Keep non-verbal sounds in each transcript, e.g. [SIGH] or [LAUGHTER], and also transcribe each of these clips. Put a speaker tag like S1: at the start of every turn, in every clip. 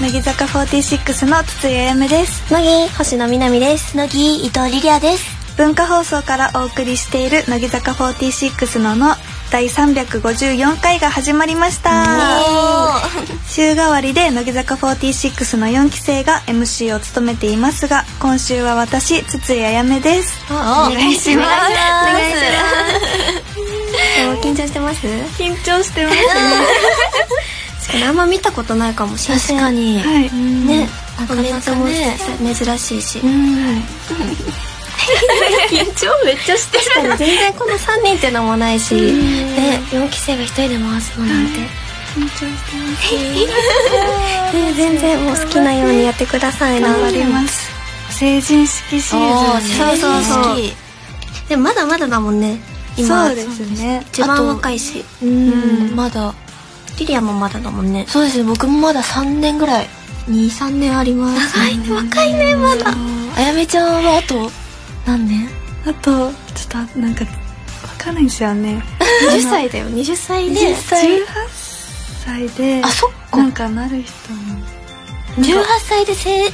S1: 乃木坂46の筒井あやめです
S2: 乃木星野みなみです乃木伊藤リリアです
S1: 文化放送からお送りしている乃木坂46のの第354回が始まりました週替わりで乃木坂46の4期生が MC を務めていますが今週は私筒井あやめです
S2: お
S1: 願いします
S2: お願いします緊張してます
S1: 緊張してますね
S2: 確かにあんま見たことないかもしれない確かに
S1: はい
S2: ねなかなかね珍しいし緊張めっちゃしてる全然この3人ってのもないしね4期生が1人で回すのなんてね全然もう好きなようにやってくださいな
S1: 頑張ります成人式シーズン
S2: そうそうそうでもまだまだだもんね今
S1: そうですね
S2: 一番若いし
S3: うんまだ
S2: リリアもまだだもんね
S3: そうですね僕もまだ3年ぐらい23年あります
S2: 若いね若いねまだ
S3: あやめちゃんはあと何年
S1: あとちょっとなんかわかんないんですよね
S2: 20歳だよ20歳で
S3: 20歳
S1: 18歳で
S3: あそっか
S1: なんかなる人も
S2: 18歳でせ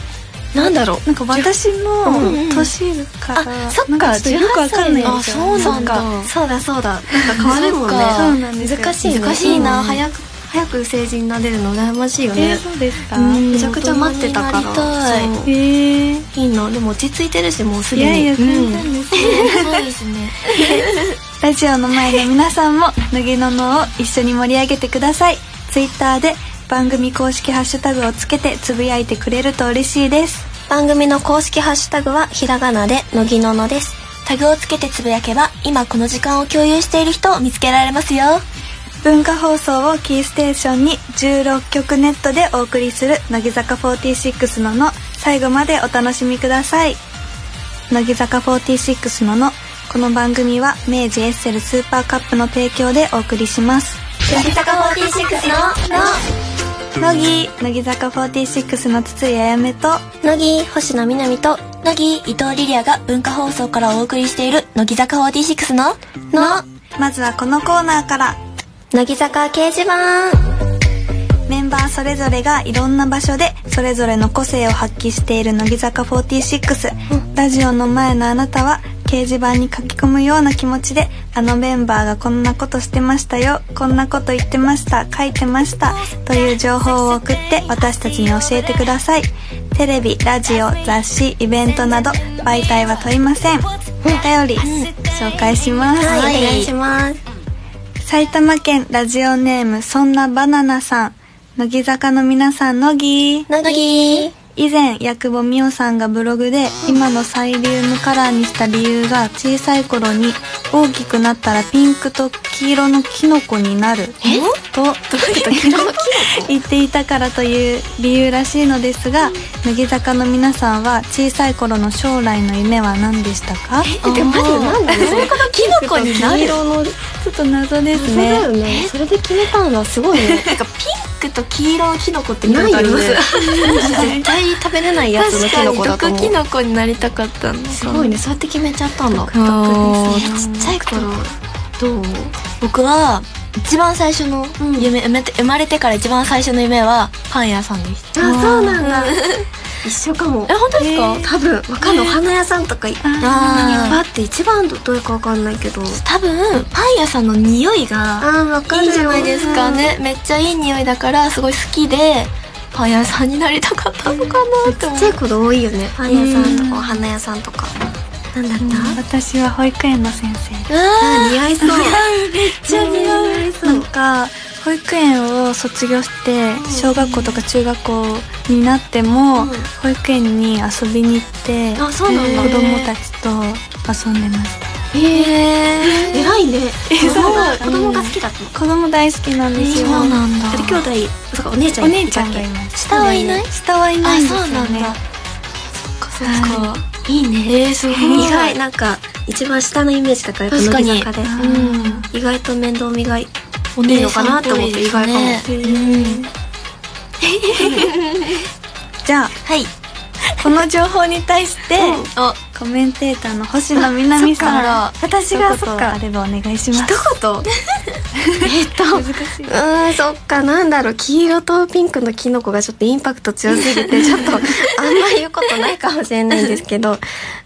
S2: なんだろう
S1: なんか私の年から、
S2: あそっか
S1: なんちょとよくわかんないん
S3: あ
S1: です
S3: そ
S1: よ
S3: うなんだ
S2: そうだそうだなんか変わるもんね
S3: そっか
S1: そうなんですよ
S2: 難しいね
S3: 難しいな
S2: うん早く早く成人になれるの羨ましいよ
S1: え
S2: ね
S1: ー、そうですか、
S3: うん
S2: めちゃくちゃ待ってたから
S3: 大人になりたい
S2: そう
S1: えー、
S2: いいのでも落ち着いてるしもうす
S1: い
S2: でに
S1: やいや
S2: うん
S1: 全然です、
S3: そうですね
S1: ラジオの前の皆さんも「乃木のの」を一緒に盛り上げてくださいツイッターで番組公式ハッシュタグをつけてつぶやいてくれると嬉しいです
S2: [LAUGHS] 番組の公式ハッシュタグはひらがなで乃木ののですタグをつけてつぶやけば今この時間を共有している人を見つけられますよ
S1: 文化放送をキーステーションに16曲ネットでお送りする乃木坂46のの最後までお楽しみください乃木坂46ののこの番組は明治エッセルスーパーカップの提供でお送りします
S2: 乃木坂46の
S1: 乃木乃木坂46の筒井あやめと
S2: の乃木星野みなみと乃木伊藤リリアが文化放送からお送りしている乃木坂46のの
S1: まずはこのコーナーから
S2: 乃木坂掲示板
S1: メンバーそれぞれがいろんな場所でそれぞれの個性を発揮している乃木坂46、ラジオの前のあなたは掲示板に書き込むような気持ちであのメンバーがこんなことしてましたよこんなこと言ってました書いてましたという情報を送って私たちに教えてくださいテレビラジオ雑誌イベントなど媒体は問いませんお便り紹介します、
S2: はい、お願いします
S1: 埼玉県ラジオネームそんなバナナさん乃木坂の皆さん乃木
S2: 乃木
S1: 以前八久保美桜さんがブログで今のサイリウムカラーにした理由が小さい頃に大きくなったらピンクと黄色のキノコになると [LAUGHS] 言っていたからという理由らしいのですが乃木坂の皆さんは小さい頃の将来の夢は何でしたか
S2: えでもマジでなんで [LAUGHS] それからキノコになる
S3: 黄色の
S1: ち
S3: そ
S1: ょっと謎です
S3: うだ
S1: ね
S3: よねそれで決めたのはすごいね
S2: なんかピンクと黄色のキノコって見た
S3: な
S2: こ
S3: い
S2: とあり
S3: よ
S2: ま
S3: ね
S2: す
S3: 絶対食べれないやつの
S2: 確
S3: キ
S2: か
S3: ノ
S2: に
S3: コだと
S2: 毒
S3: 思う
S2: キノコになりたかったのす
S3: [LAUGHS] すごいねそうやって決めちゃったんだ
S2: 毒
S3: あ
S2: ですねちっちゃい頃
S3: ーどう僕は一番最初の夢、生まれて生まれてから一番最初の夢はパン屋さんでした
S2: あそうなんだ
S3: [LAUGHS] 一緒かも
S2: え本当ですか、
S3: 多分わかんないお花屋さんとかいっ
S2: あー
S3: ぱいあって一番どれかわかんないけど
S2: 多分パン屋さんの匂いが
S3: あわ
S2: いいじゃないですかねめっちゃいい匂いだからすごい好きでパン屋さんになりたかったのかなって
S3: ち
S2: 思
S3: っ
S2: っ
S3: ちゃ
S2: て
S3: い子多いよねパン屋さんとかお花屋さんとかなんだった
S1: 私は保育園の先生です
S2: うわ
S3: 似合いそう
S2: めっちゃ似合う
S1: なんか保育園を卒業して小学校とか中学校になって
S2: う
S1: も
S2: ん
S1: 保育園に遊びに行って
S2: あそうなんだ
S1: 子供たちと遊んでました
S2: へえ
S3: 偉いね
S2: 子供が
S1: そう
S2: 子供が好きだったの
S1: 子供大好きなんですよ、
S3: そうなんだ
S2: それ兄弟
S3: そっかお姉ちゃ
S1: お
S3: んい
S1: 姉
S3: る
S1: ちゃんが
S3: だ
S1: い
S3: け
S1: ます
S2: 下はいない
S1: 下はいないんですよね
S2: そっかそっか
S3: いいね
S2: えーすごい
S3: 意外なんか一番下のイメージだから
S2: 確かに
S3: 乃木坂で
S2: うん
S3: 意外と面倒見がい
S2: お
S3: いいのかなって思って意外かも
S2: 姉さんっぽいですね
S1: [LAUGHS] じゃあ
S2: はい
S1: この情報に対して、
S2: あ
S1: コメンテーターの星野みなみさん
S2: あ
S1: 私
S2: っか
S1: がそっかあればお願いします
S3: 一言えっとうーんそっかなんだろう黄色とピンクのキノコがちょっとインパクト強すぎ [LAUGHS] てちょっとあんま言うことないかもしれないんですけど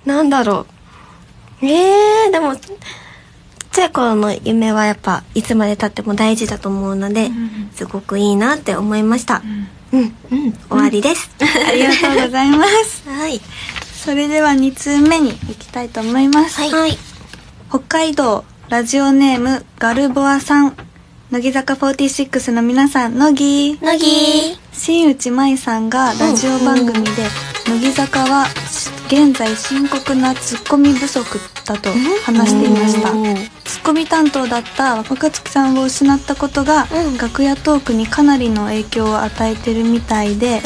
S3: なんだろうえー、でもちっちゃい頃の夢はやっぱいつまでたっても大事だと思うので、すごくいいなって思いましたうん、うん、終わりです、
S1: ありがとうございます。
S3: はい
S1: それでは2通目に行きたいと思います。
S3: はい、はい、
S1: 北海道ラジオネームガルボアさん。乃木坂46の皆さん、乃木
S3: 乃木
S1: 新内舞さんがラジオ番組で、乃木坂は現在深刻なツッコミ不足だと話していました。ツッコミ担当だった若月さんを失ったことが、
S3: うん
S1: 楽屋トークにかなりの影響を与えてるみたいで、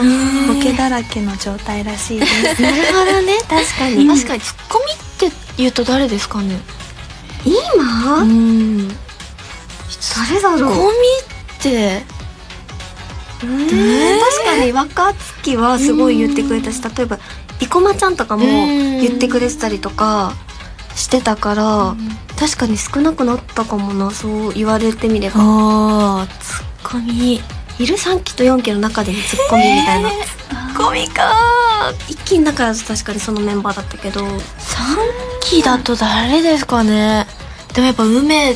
S1: ボケだらけの状態らしいです。
S3: なるほどね [LAUGHS] 確かに
S2: 確かにツッコミって言うと誰ですかねう
S3: 今
S2: ん
S3: 誰だ
S2: ツッ
S3: ろう
S2: コミって
S3: うん確かに若月はすごい言ってくれたし例えば生駒ちゃんとかも
S2: うん
S3: 言ってくれてたりとかしてたから確かに少なくなったかもなそう言われてみれば
S2: あーツッコミ
S3: いる3期と4期の中でツッコミみたいな
S2: ツッコミか
S3: 一期の中だと確かにそのメンバーだったけど
S2: 3期だと誰ですかねでもやっぱ梅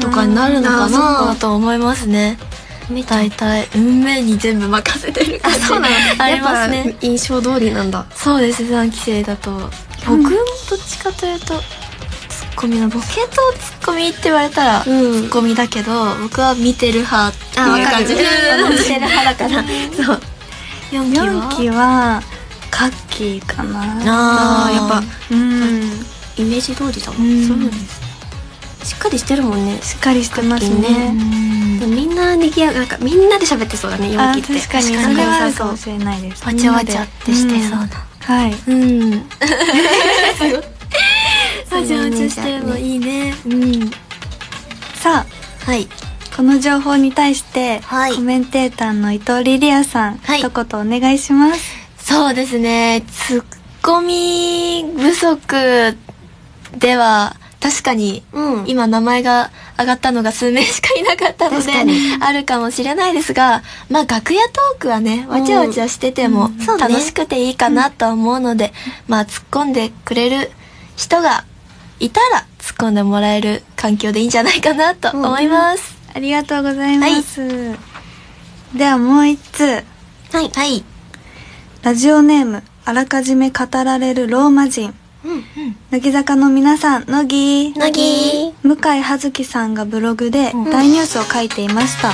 S2: とかになるのか
S3: うんあーそ
S2: な
S3: っか
S2: と思いますね大体梅に全部任せてる感じ [LAUGHS] あります
S3: やっ
S2: ね
S3: ぱ印象通りなんだ
S2: [LAUGHS] そうですね3期生だと僕もどっちかというとツッコミのボケとツッコミって言われたらツ
S3: うん
S2: ッコミだけど僕は見てる派ってい
S3: あ分
S2: う
S3: か
S2: 感
S3: る
S2: じで
S3: 見てる派だからそう
S2: 4期は
S1: 四期はカッキーかな
S3: あーやっぱ
S1: うん
S3: イメージ通りだも
S2: うんん
S3: そうですしっかりしてるもんね
S1: しっかりしてますね
S2: うん
S3: でもみんなにぎやなんかみんなで喋ってそうだね4
S1: あ
S3: 期
S1: ー
S3: って
S1: 確かにそれはあるかもしれないです
S2: わちゃわちゃってしてそうな
S1: はい
S2: うん [LAUGHS] わ
S3: そう
S2: ちゃわちゃしてるのいいねうん
S1: さあ
S3: はい
S1: この情報に対して、
S3: はい
S1: コメンテーターの伊藤リリアさん、
S3: はい
S1: 一言お願いします
S2: そうですね、ツッコミ不足では、確かに、
S3: うん
S2: 今名前が上がったのが数名しかいなかったの
S3: 確
S2: で
S3: かに、
S2: あるかもしれないですが、まあ楽屋トークはね、わちゃわちゃしてても
S3: そうね
S2: 楽しくていいかなと思うので、まあ突っ込んでくれる人がいたら、突っ込んでもらえる環境でいいんじゃないかなと思います。
S1: ありがとうございます、ではもう一つ
S3: はいはい
S1: ラジオネームあらかじめ語られるローマ人
S3: うん
S1: 乃木坂の皆さん乃木
S3: 乃木
S1: 向井葉月さんがブログで
S3: うん
S1: 大ニュースを書いていました、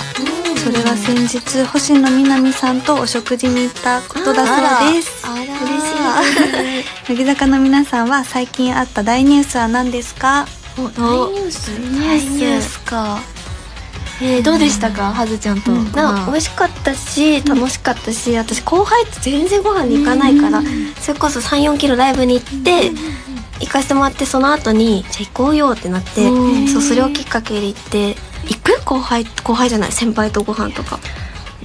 S1: それは先日星野みなみさんとお食事に行ったことだそうです
S3: あら嬉しい
S1: 乃木坂の皆さんは最近あった大ニュースは何ですか
S3: お
S2: 大ニ
S3: ュース
S2: 大ニュースか。えーどうでしたかはずちゃんと。
S3: な美味しかったし楽しかったし、私後輩と全然ご飯に行かないから、それこそ3 4キロライブに行って、行かせてもらってその後にじゃあ行こうよってなって、
S2: うん
S3: そうそれをきっかけで行って行く後輩後輩じゃない先輩とご飯とか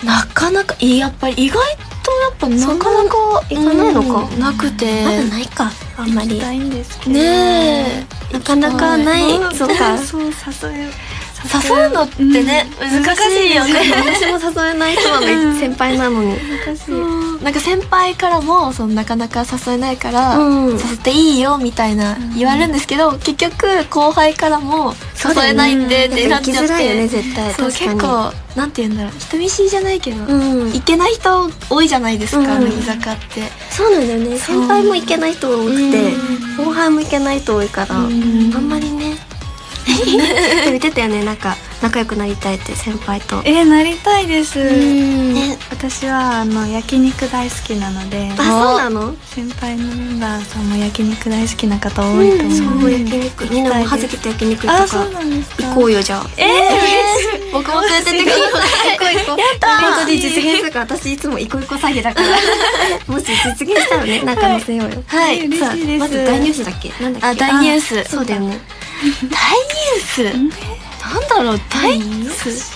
S2: なかなかいいやっぱり意外とやっぱなかなか
S3: か行かないのか、
S2: うんなくて
S3: まだないかあんまり
S1: いんですけ
S2: ね
S3: なかなかないそう
S1: [LAUGHS]
S3: か
S1: そう誘え
S2: え誘うのってね、難しいよね
S3: 私も誘えない人なのに先輩なのに
S1: 難しい、
S2: [LAUGHS] なんか先輩からもそのなかなか誘えないから、
S3: うん
S2: 誘っていいよみたいな言われるんですけど、結局後輩からも誘えないんでってなっちゃ
S3: 行きづ
S2: っ
S3: らいよね
S2: て
S3: 絶対
S2: そう
S3: 確かに
S2: 結構なんて言うんだろう人見知りじゃないけど、
S3: うん
S2: 行けない人多いじゃないですか、
S3: うん
S2: 乃木坂って、
S3: そうなんだよね
S2: そう
S3: 先輩も行けない人多くて後輩も行けない人多いからあ
S2: ん
S3: んまりね [LAUGHS] でも言ってたよねなんか仲良くなりたいって先輩と
S1: えーなりたいです、
S3: ね
S1: 私はあの焼肉大好きなので
S3: あそうなの
S1: 先輩のメンバーさんも焼肉大好きな方多いと思うの
S3: そう
S1: で、
S3: 焼肉みんなもはずきと焼肉と
S1: あ
S3: か
S1: そうなんですか
S3: 行こうよじゃあ
S1: えー、
S2: 僕も連れてってください
S3: 行こうやったイベントで実現するから私いつも行こう行こう詐欺だから [LAUGHS] もし実現したらね仲乗せようよ
S2: は
S1: 嬉しいです
S3: さあまず大ニュースだっけなんだっけ
S2: あ大ニュース
S3: そうだよね
S2: 大ニュースなんだろう大ニュース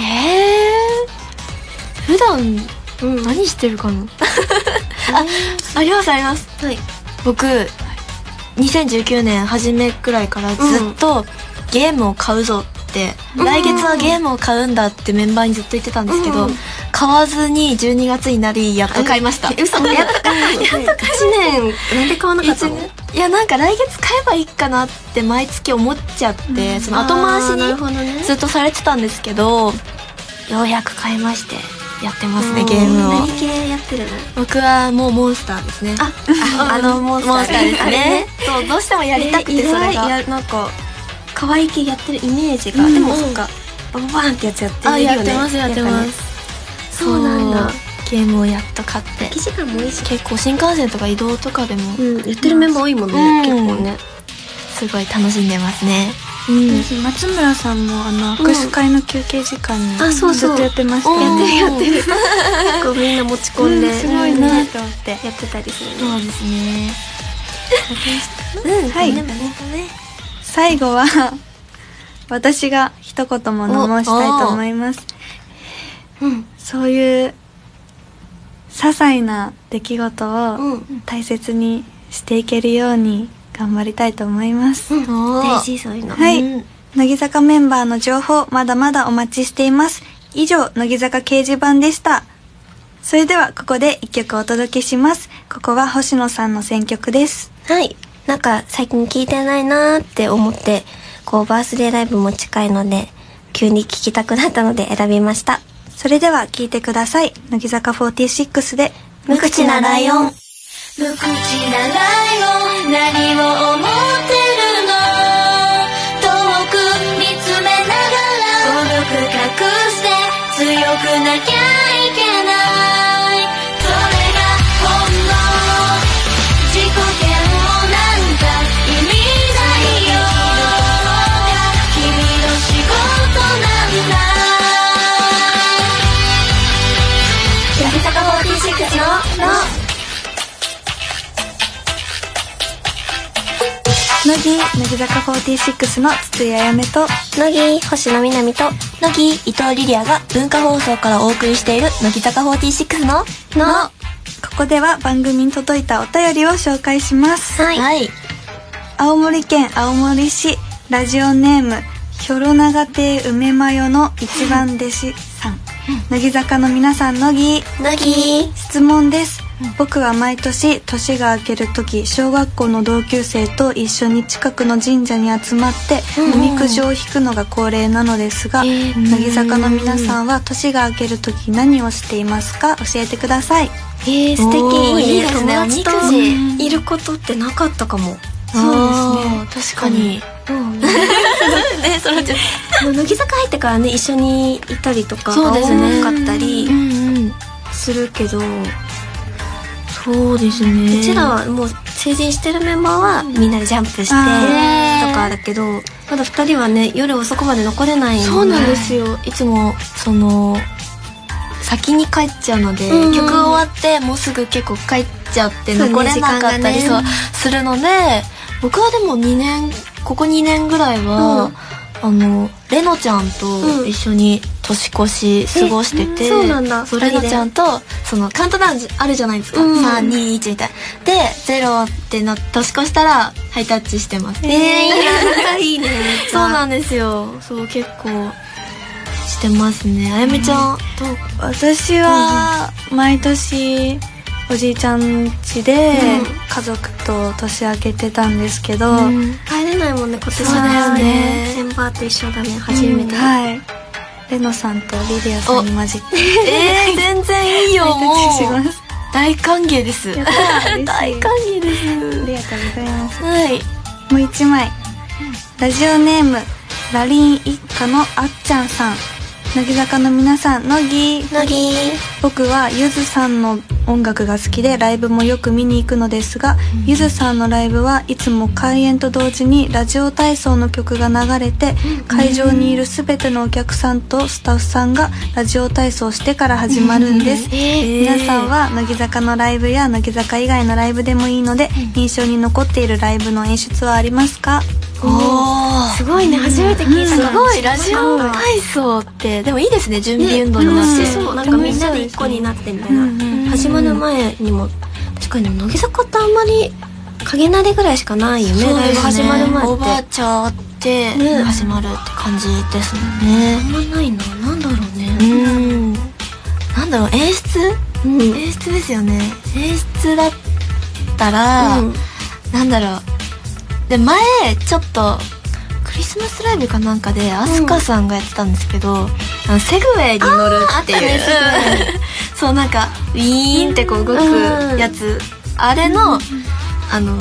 S2: えー、普段
S3: うんは
S2: 何してるかなあありますあります
S3: い
S2: 僕2019年初めくらいからずっとゲームを買うぞて、来月はゲームを買うんだってメンバーにずっと言ってたんですけど、買わずに12月になりやっと買いました、
S3: 嘘やっと買ったやっと買った1年なんで買わなかったの
S2: いやなんか来月買えばいいかなって毎月思っちゃって、その後回し
S3: あーなるほど
S2: に
S3: ね
S2: ずっとされてたんですけどようやく買いましてやってますねゲームを
S3: 何系やってるの
S2: 僕はもうモンスターですね
S3: あああのモンスター
S2: モンスターですねそうどうしてもやりたくてそれ
S3: 意
S2: が
S3: 外いやなんか可愛い系やってるイメージが、でもそっかバンバンってやつやってるよ
S2: あ
S3: ね
S2: やってますやってます
S3: ぱねそうなんだ
S2: ゲームをやっと買って
S3: 生地がもいいし
S2: 結構新幹線とか移動とかでも
S3: うんやってるメンバー多いもんね、
S2: うん
S3: 結構ね
S2: すごい楽しんでますね
S1: 私松村さんもあの握手会の休憩時間に
S3: あそう
S1: ず
S3: そう
S1: っとやってました
S2: やってるやって
S1: る
S3: [LAUGHS] 結構みんな持ち込んで、
S1: すごいなと思って
S3: やってたりする
S2: そうですね
S3: うん
S1: はい最後は私が一言物申したいと思います、そういう些細な出来事を
S3: うん
S1: 大切にしていけるように頑張りたいと思います、
S3: 大事そういうの
S1: はい、
S2: うん
S1: 乃木坂メンバーの情報まだまだお待ちしています以上乃木坂掲示板でしたそれではここで一曲お届けしますここは星野さんの選曲です
S3: はい。なんか最近聞いてないなーって思って、こうバースデーライブも近いので、急に聞きたくなったので [LAUGHS] 選びました。
S1: それでは聴いてください乃木坂46で
S3: 無口なライオン。
S4: 無口なライオン何を思ってるの遠く見つめながら孤独隠して強くなきゃいけないそれが本能自己嫌悪なんか意味ないよ君の仕事なんだ乃木坂46の「の」
S1: 乃木乃木坂46の筒井あやめと
S3: 乃木、星野みなみと、
S2: 乃木伊藤リリアが文化放送からお送りしている乃木坂46の
S3: の、
S1: ここでは番組に届いたお便りを紹介します
S3: はい。
S2: はい
S1: 青森県青森市ラジオネームひょろ長亭梅マヨの一番弟子さん乃木坂の皆さん乃木
S3: 乃木、
S1: 質問です僕は毎年年が明ける時小学校の同級生と一緒に近くの神社に集まっておみくじを引くのが恒例なのですが、乃木坂の皆さんは年が明ける時何をしていますか教えてください
S3: えー、素
S2: おー
S3: 敵。
S2: いいですね
S3: 友達と
S2: おみく
S1: じ
S3: いることってなかったかも。
S2: そうですね確かに [LAUGHS]
S3: うん。
S2: ねそれちゃ
S3: 乃木坂入ってからね、一緒にいたりとかが
S2: そう
S3: 多
S2: ですね
S3: かった
S2: う
S3: り
S2: んうん
S3: するけど、
S2: そうですね
S3: うちらはもう成人してるメンバーはみんなでジャンプしてと
S2: あー
S3: かだけどまだ2人はね夜遅くまで残れない
S2: そうなんですよいつもその先に帰っちゃうので、
S3: うん
S2: 曲終わってもうすぐ結構帰っちゃって
S3: そうね
S2: 残れなかったり
S3: 時
S2: そう、
S3: 間がね
S2: するので僕はでも2年ここ2年ぐらいは、あのレノちゃんと一緒に年越し過ごしてて、
S3: えそうなんだ
S2: そう
S3: 二
S2: レ
S3: 人で
S2: ノちゃんとそのカウントダウンあるじゃないですか、
S3: うん
S2: 321みたいなで0ってな年越したらハイタッチしてます
S3: えー、いいな仲いいね
S2: そうなんですよそう結構してますねあやめちゃん、どう
S1: 私は毎年おじいちゃん家で家族と年明けてたんですけど、
S3: 帰れないもんね今年
S1: そうだよね
S3: メンバーと一緒だね初めて、
S1: はいレノさんとリリアさんに混じって
S2: えー、全然い
S1: [LAUGHS]
S2: いよもう
S1: します
S2: 大歓迎です
S1: やっ
S2: は
S1: たー
S2: 大歓
S1: 迎ですありがとうございま
S2: い
S1: すもう一枚ラジオネームラリン一家のあっちゃんさん乃木坂の皆さん乃木
S3: 乃木
S1: 僕はゆずさんの音楽が好きでライブもよく見に行くのですが、ゆずさんのライブはいつも開演と同時にラジオ体操の曲が流れて、会場にいる全てのお客さんとスタッフさんがラジオ体操してから始まるんです、皆さんは乃木坂のライブや乃木坂以外のライブでもいいので、印象に残っているライブの演出はありますか
S2: おー
S3: すごいね初めて聞いた
S2: す
S3: から
S2: ごいラジオ
S3: ね
S2: 体操ってでもいいですね準備運動になっ
S3: 楽
S2: て
S3: しそうなんかみんなで一個になってみたいな、
S1: うんうん
S3: 始まる前にも確かに乃木坂ってあんまり影なでぐらいしかないよね
S2: そう
S3: ライ
S2: で
S3: ブ
S2: すね
S3: 始まる前って
S2: おばあちゃんして始まるって感じですもんね
S4: あんまないななんだろうね
S2: うんなんだろう演出、演出ですよね演出だったら、
S3: うん
S2: なんだろうで前ちょっとクリスマスライブかなんかでアスカさんがやってたんですけど、あのセグウェイに乗るっていう、うん [LAUGHS] そうなんかウィーンってこう動くやつ、あれの、あの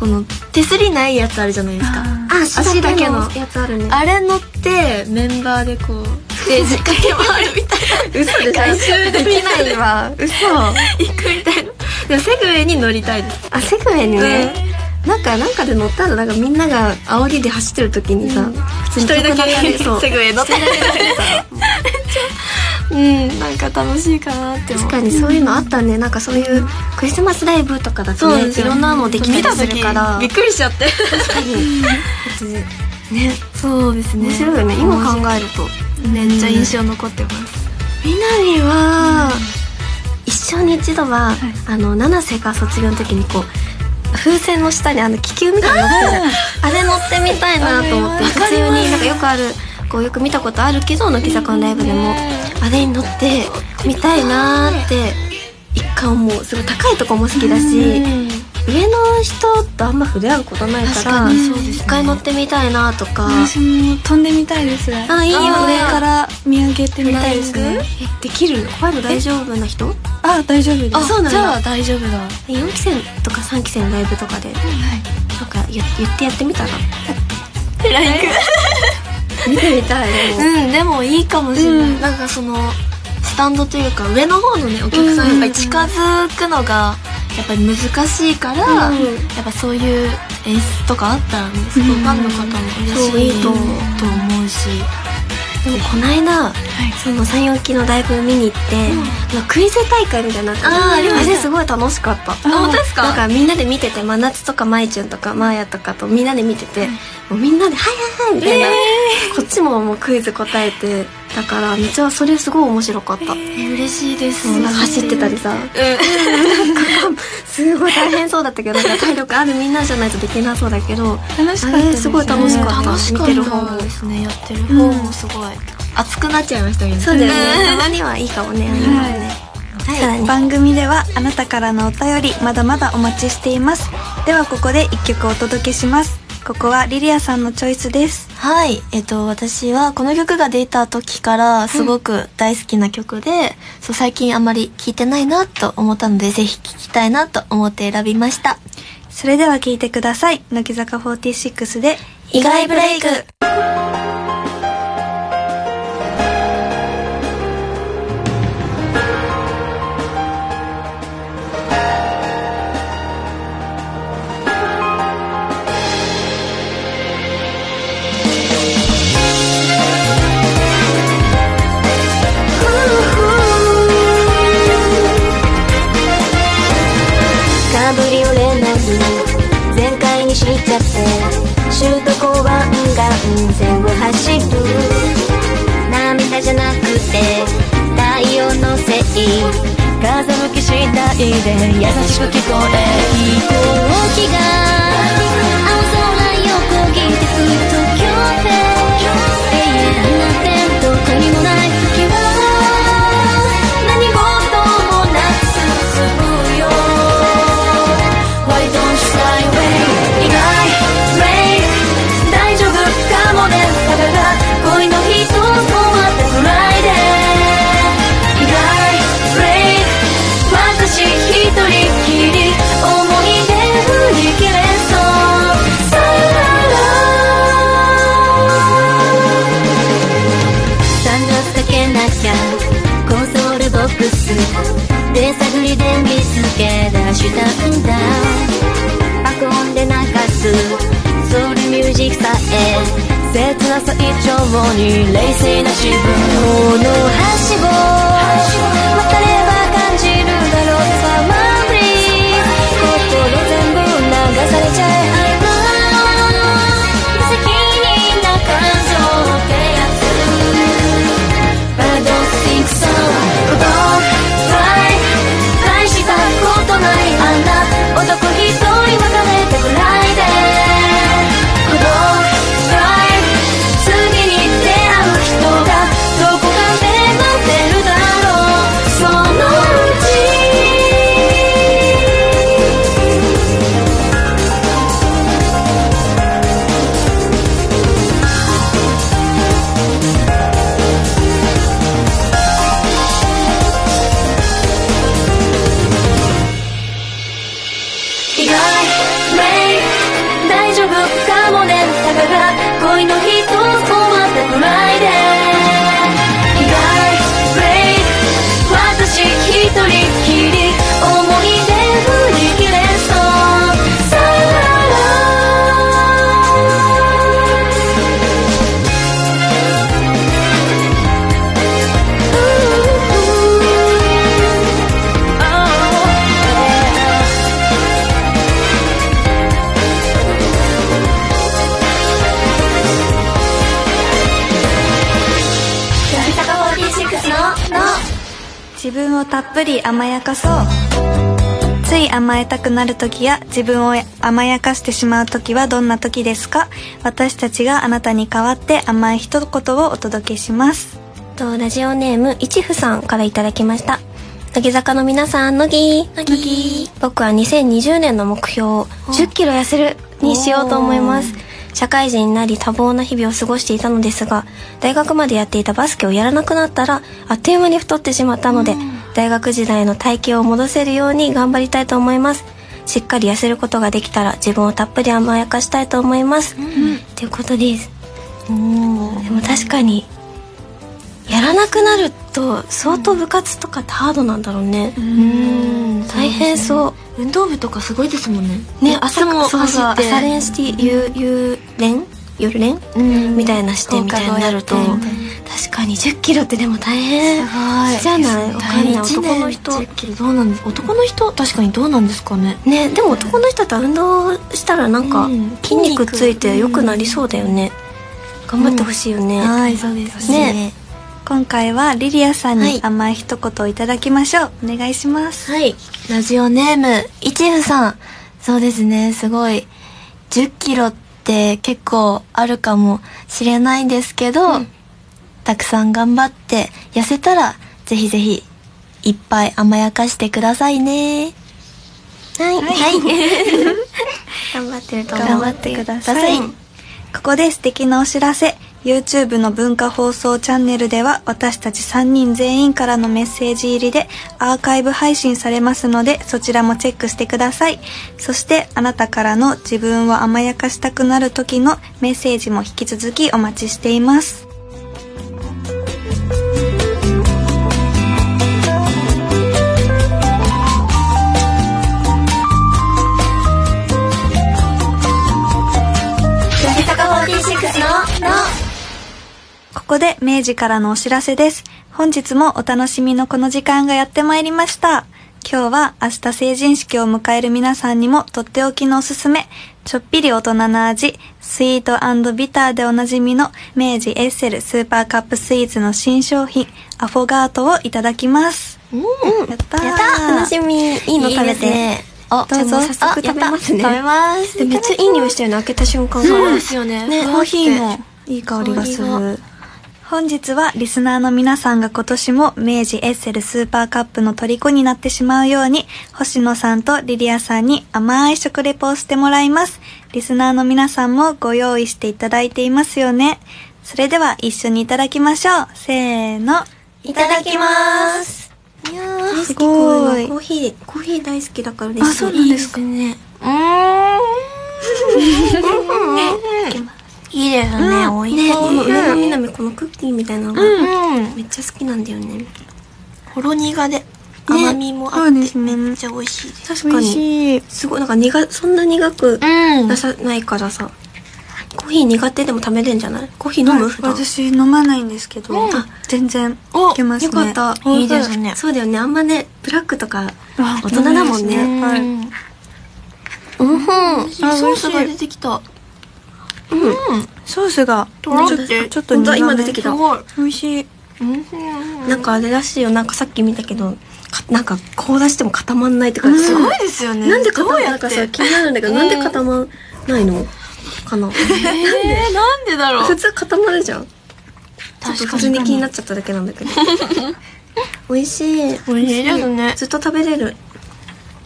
S2: この手すりないやつあるじゃないですか
S3: あ
S2: 足
S3: 足
S2: だ
S3: だ
S2: け
S3: け
S2: の
S3: のやつあるね
S2: あれ乗ってメンバーでこうステージ駆け回るみたいな
S3: 嘘で回収できないわ嘘
S2: 行くみたいな [LAUGHS] でもセグウェイに乗りたいです
S3: あセグウェイにね、なんかなんかで乗ったらなんかみんなが煽りで走ってる時にさ、普通
S2: 一
S3: に
S2: 人だ
S3: 曲流
S2: け
S3: れそう
S2: セグウェイ乗ってうんなんか楽しいかなって思
S3: 確
S2: う
S3: かにそういうのあったねなんかそういうクリスマスライブとかだとねいろんなのできたりするから
S2: びっくりしちゃって
S3: 確かに
S2: ねそうですね
S3: 面白いよね今考えると
S2: めっちゃ印象残ってます
S3: みなみは、一生に一度は、あの七瀬が卒業の時にこう風船の下にあの気球みたいなの乗ってるじゃんあれ乗ってみたいなと思って
S2: わか
S3: 普
S2: り
S3: 通
S2: ます
S3: になんかよくあるこうよく見たことあるけど乃木坂のライブでも、あれに乗ってみたいなーって一回思うすごい高いとこも好きだし、上の人とあんま触れ合うことないから
S2: 確かにそうですね
S3: 一回乗ってみたいなとか。
S1: 私も飛んでみたいですあ
S3: いいよね
S1: 上から見上げてみたいですね
S3: えできるの怖いの大丈夫な人
S1: あ大丈夫です
S3: そうなんだ
S2: じゃあ大丈夫だ
S3: 4期生とか3期生のライブとかで、なんか言言ってやってみたら
S2: ライク
S3: 見てみたいね
S2: うんでもいいかもしれない、
S1: うん
S2: なんかそのスタンドというか上の方のねお客さんやっぱり近づくのがやっぱり難しいから、
S3: うん
S2: やっぱそういう演出とかあったらねすごいファンの方も
S3: そう
S2: 嬉し
S3: い
S2: い
S3: い
S2: と
S3: と
S2: 思
S3: 思
S2: う
S3: う
S2: と思うし
S3: [LAUGHS] でもこの間、その34期のライブ見に行って、あのクイズ大会みたいなのあったの
S2: あーありました
S3: れすごい楽しかったあ
S2: 本当ですか
S3: なんかみんなで見てて真夏とかまいちゅんとかまーやとかとみんなで見てて、もうみんなで「はいはいはい」みたいな、こっちももうクイズ答えてだからめっちゃそれすごい面白かった、
S2: 嬉しいです
S3: そうなんか走ってたりさ [LAUGHS] すごい大変そうだったけどなんか体力あるみんなじゃないとできなそうだけど
S1: 楽しかったで
S3: あ
S1: ね
S3: れすごい
S2: 楽
S3: 楽
S2: し
S3: し
S2: か
S3: か
S2: っ
S3: ったた
S2: 見て
S3: 見て
S2: る
S3: る
S2: 方
S3: 方
S2: も
S3: も
S2: ですねやってる方もすごい熱くなっちゃいましたよね
S3: そうだよねたまにはいいかもねああいうのはねさらに
S1: 番組ではあなたからのお便りまだまだお待ちしていますではここで一曲お届けしますここはリリアさんのチョイスです
S2: はい、えっと、私はこの曲が出た時からすごく大好きな曲で、そう最近あまり聴いてないなと思ったので、ぜひ聴きたいなと思って選びました。
S1: それでは聴いてください乃木坂46で
S2: 意外ブレイク
S5: かぶり折れない全開に知っちゃってシュート後腕が運線を走る涙じゃなくて太陽のせい風向き次第で優しく聞こえ飛行機が青空横切ってくる東京で永遠な天と国もない時は何事もなく進むよ Why don't you fly away? 意外 break 大丈夫かもねたかが恋の人と止まったくらいで意外 break 私一人きり思い出振り切れそうさよならサングラスかけなきゃコンソールボックス手探りで見つけ出したんだ運んでなかったソウルミュージックさえ切なさ以上に冷静な自分この橋を渡れば感じるだろうサマーブリー心全部流されちゃえ I love 無責任な感情ってやつ But I don't think so Go try 大したことないあんな男一人のためてくらいで Go try
S4: 恋の一つ終わったくらいで被害 break 私一人きり思い出振り切れそうさよなら乃木坂46のの
S1: 自分をたっぷり甘やかそうつい甘えたくなる時や自分を甘やかしてしまう時はどんな時ですか私たちがあなたに代わって甘い一言をお届けします
S3: とラジオネームいちふさんからいただきました乃木坂の皆さん乃木乃木僕は2020年の目標を1 0キロ痩せるにしようと思います社会人になり多忙な日々を過ごしていたのですが大学までやっていたバスケをやらなくなったらあっという間に太ってしまったので大学時代の体型を戻せるように頑張りたいと思いますしっかり痩せることができたら自分をたっぷり甘やかしたいと思います、っていうことですでも確かにやらなくなると相当部活とかってハードなんだろうね、
S2: うん
S3: 大変そう
S2: 運動部とかすごいですもんね
S3: ね朝も
S2: 朝
S3: 朝
S2: も走
S3: 走
S2: って
S3: 朝練して夕夕練夜練
S2: うん
S3: みたいなしてみたいになると
S2: 放課後やっ
S3: 確かに1 0キロってでも大変
S2: はい
S3: じゃないわかんない
S2: 一年
S3: 男の人
S2: 10キロどうなんです男の人確かにどうなんですかね
S3: ねでも男の人って運動したらなんか
S2: うん
S3: 筋肉ついて良くなりそうだよね頑張ってほしいよね、
S2: はいそうです
S3: ね
S1: 今回はリリアさん
S2: は
S1: に
S2: い
S1: 甘い一言をいただきましょう、お願いします
S2: はいラジオネームいちふさんそうですねすごい10キロって結構あるかもしれないんですけど、たくさん頑張って痩せたらぜひぜひいっぱい甘やかしてくださいね
S3: はい、
S2: はい [LAUGHS]
S3: 頑張ってると思う
S1: 頑張ってください
S2: 頑張ってくださ
S1: ここで素敵なお知らせ YouTube の文化放送チャンネルでは私たち3人全員からのメッセージ入りでアーカイブ配信されますのでそちらもチェックしてくださいそしてあなたからの自分を甘やかしたくなる時のメッセージも引き続きお待ちしています
S4: 乃木坂46のの
S1: ここで明治からのお知らせです。本日もお楽しみのこの時間がやってまいりました。今日は明日成人式を迎える皆さんにもとっておきのおすすめ、ちょっぴり大人な味、スイートビターでおなじみの明治エッセルスーパーカップスイーツの新商品、アフォガートをいただきます。やったー
S3: やった楽しみいいの食べて
S2: あ
S1: どうぞ
S3: じゃあも早速食べますね
S2: 食べます
S3: でめっちゃいい匂いしたよね開けた瞬間が
S2: そうですよね
S1: ね、コーヒーもいい香りがす
S2: 香り
S1: る。本日はリスナーの皆さんが今年も明治エッセルスーパーカップの虜になってしまうように、星野さんとリリアさんに甘い食レポをしてもらいます。リスナーの皆さんもご用意していただいていますよね。それでは一緒にいただきましょう。せーの。。
S3: いただきますいやー
S1: すごい
S3: コーヒーコーヒー大好きだからで
S1: あそうなんですか
S3: ね
S2: うーんいいですね、
S3: うん
S2: 美味しい、
S3: ねこの上のみなみこのクッキーみたいなのが
S2: うん
S3: めっちゃ好きなんだよね
S2: ほろ苦で甘みもあ
S1: そ
S2: っ
S1: う
S2: て、
S1: ですね
S2: めっちゃ美味しいです
S3: 確かに
S1: しい。
S3: すごいなんか苦そんな苦く
S2: うん
S3: なさないからさコーヒー苦手でも食べれんじゃないコーヒー飲む普段
S1: 私飲まないんですけど、
S3: うん
S1: 全然い
S3: お
S1: けますね。
S3: よかった
S2: いいですね
S3: そうだよねあんまねブラックとか
S1: あ
S3: 大人だもんね
S1: 飲まないです
S2: うん
S3: うんうん
S2: ソースが出てきた
S1: ソースがち
S2: とろ
S1: ょ
S2: って
S1: っとちょっと
S3: 本当だ
S1: 苦め
S3: 今出てき
S2: す
S3: た
S2: ごい
S1: 美味しい
S3: なんかあれらしいよなんかさっき見たけどかなんかこう出しても固まんないって感じ
S2: すごいですよね
S3: なんで固
S2: ど
S3: ま
S2: うんや
S3: な
S2: っ
S3: ん
S2: て
S3: かさ気になるんだけどなんで固まんないの
S2: [LAUGHS]
S3: かな
S2: えー、なんでだろ
S3: 普
S2: う
S3: 通固まるじゃんちょっ
S2: 確
S3: と
S2: か
S3: 普
S2: に
S3: 通に気になっちゃっただけなんだ
S2: [LAUGHS]
S3: けど美味しい
S2: 美味しいですね
S3: ずっと食べれる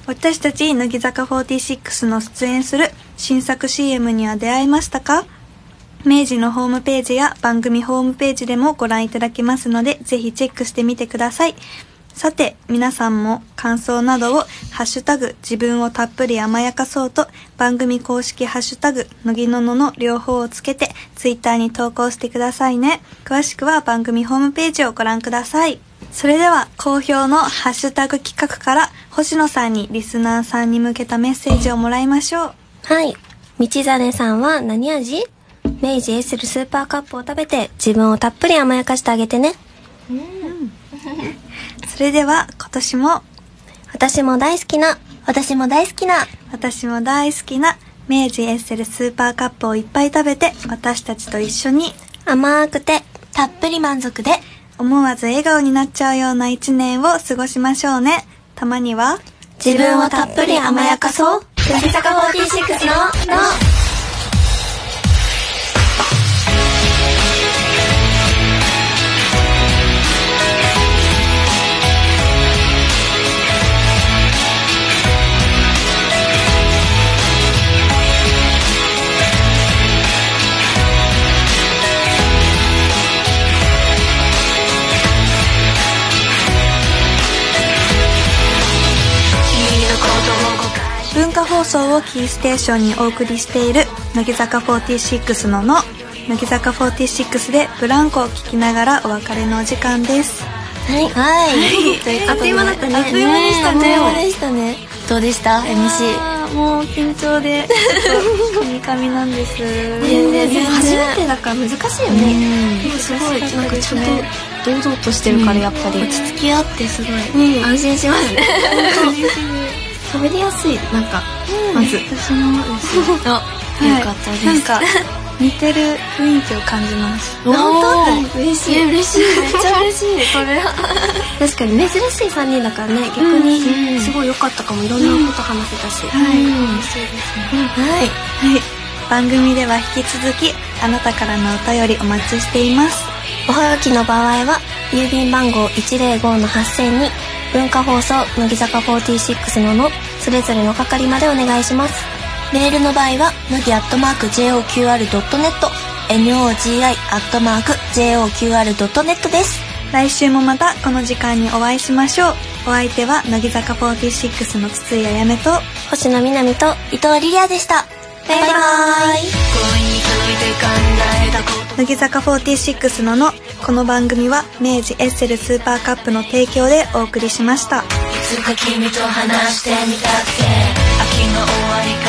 S1: 私たち乃木坂46の出演する新作 CM には出会いましたか明治のホームページや番組ホームページでもご覧いただけますのでぜひチェックしてみてくださいさて、皆さんも感想などを、ハッシュタグ、自分をたっぷり甘やかそうと、番組公式ハッシュタグ、のぎののの両方をつけて、ツイッターに投稿してくださいね。詳しくは番組ホームページをご覧ください。それでは、好評のハッシュタグ企画から、星野さんにリスナーさんに向けたメッセージをもらいましょう。
S3: はい。道真さんは何味明治エッセルスーパーカップを食べて自分をたっぷり甘やかしてあげてね。
S1: それでは、今年も、
S3: 私も大好きな、私も大好きな、
S1: 私も大好きな、明治エッセルスーパーカップをいっぱい食べて、私たちと一緒に、
S3: 甘くて、
S2: たっぷり満足で
S1: 思わず笑顔になっちゃうような一年を過ごしましょうね。たまには、
S3: 自分をたっぷり甘やかそう。
S5: 乃木坂46の「の」
S1: 文化放送をキーステーションにお送りしている、乃木坂46のの、乃木坂46でブランコを聞きながらお別れのお時間です。
S2: はいはいということで
S3: あっという間だったね
S2: あっという間でしたね
S3: ねえ
S2: あっという間でしたねどうでした MC
S1: あーもう緊張で、ちょっと、みかみなんです。 [LAUGHS]
S3: 全然
S2: 全然
S3: 初めてだから難しいよね。でもすごい、なんかちゃんと堂々としてるからやっぱり。
S2: 落ち着きあってすごい
S3: 安心しますね。 [LAUGHS] 喋りやすい、なんか、ま [LAUGHS] ず。
S1: 私もですね。
S2: あよかった
S1: な
S2: で
S1: ん
S2: す
S1: か、似てる雰囲気を感じます。
S2: 本当
S3: 嬉し
S2: え
S3: い。
S2: 嬉しい [LAUGHS] めっちゃ嬉しいそれ
S3: [LAUGHS] 確かに珍しい3人だからね、逆にすごい良かったかも、いろんなこと話せたし。
S1: はい、
S2: はい
S1: 番組では引き続きあなたからのお便りお待ちしています
S3: おはがきの場合は郵便番号105の8000に文化放送乃木坂46ののそれぞれの係までお願いします
S2: メールの場合は、のぎアットマーク JOQR.net、NOGI アットマーク JOQR.net です。
S1: 来週もまたこの時間にお会いしましょうお相手は乃木坂46の筒井あやめと
S3: 星野みなみと
S2: 伊藤リリアでした。
S3: バイバイ
S1: 乃木坂46ののこの番組は明治エッセルスーパーカップの提供でお送りしました
S4: いつか君と話してみたくて秋の終わりか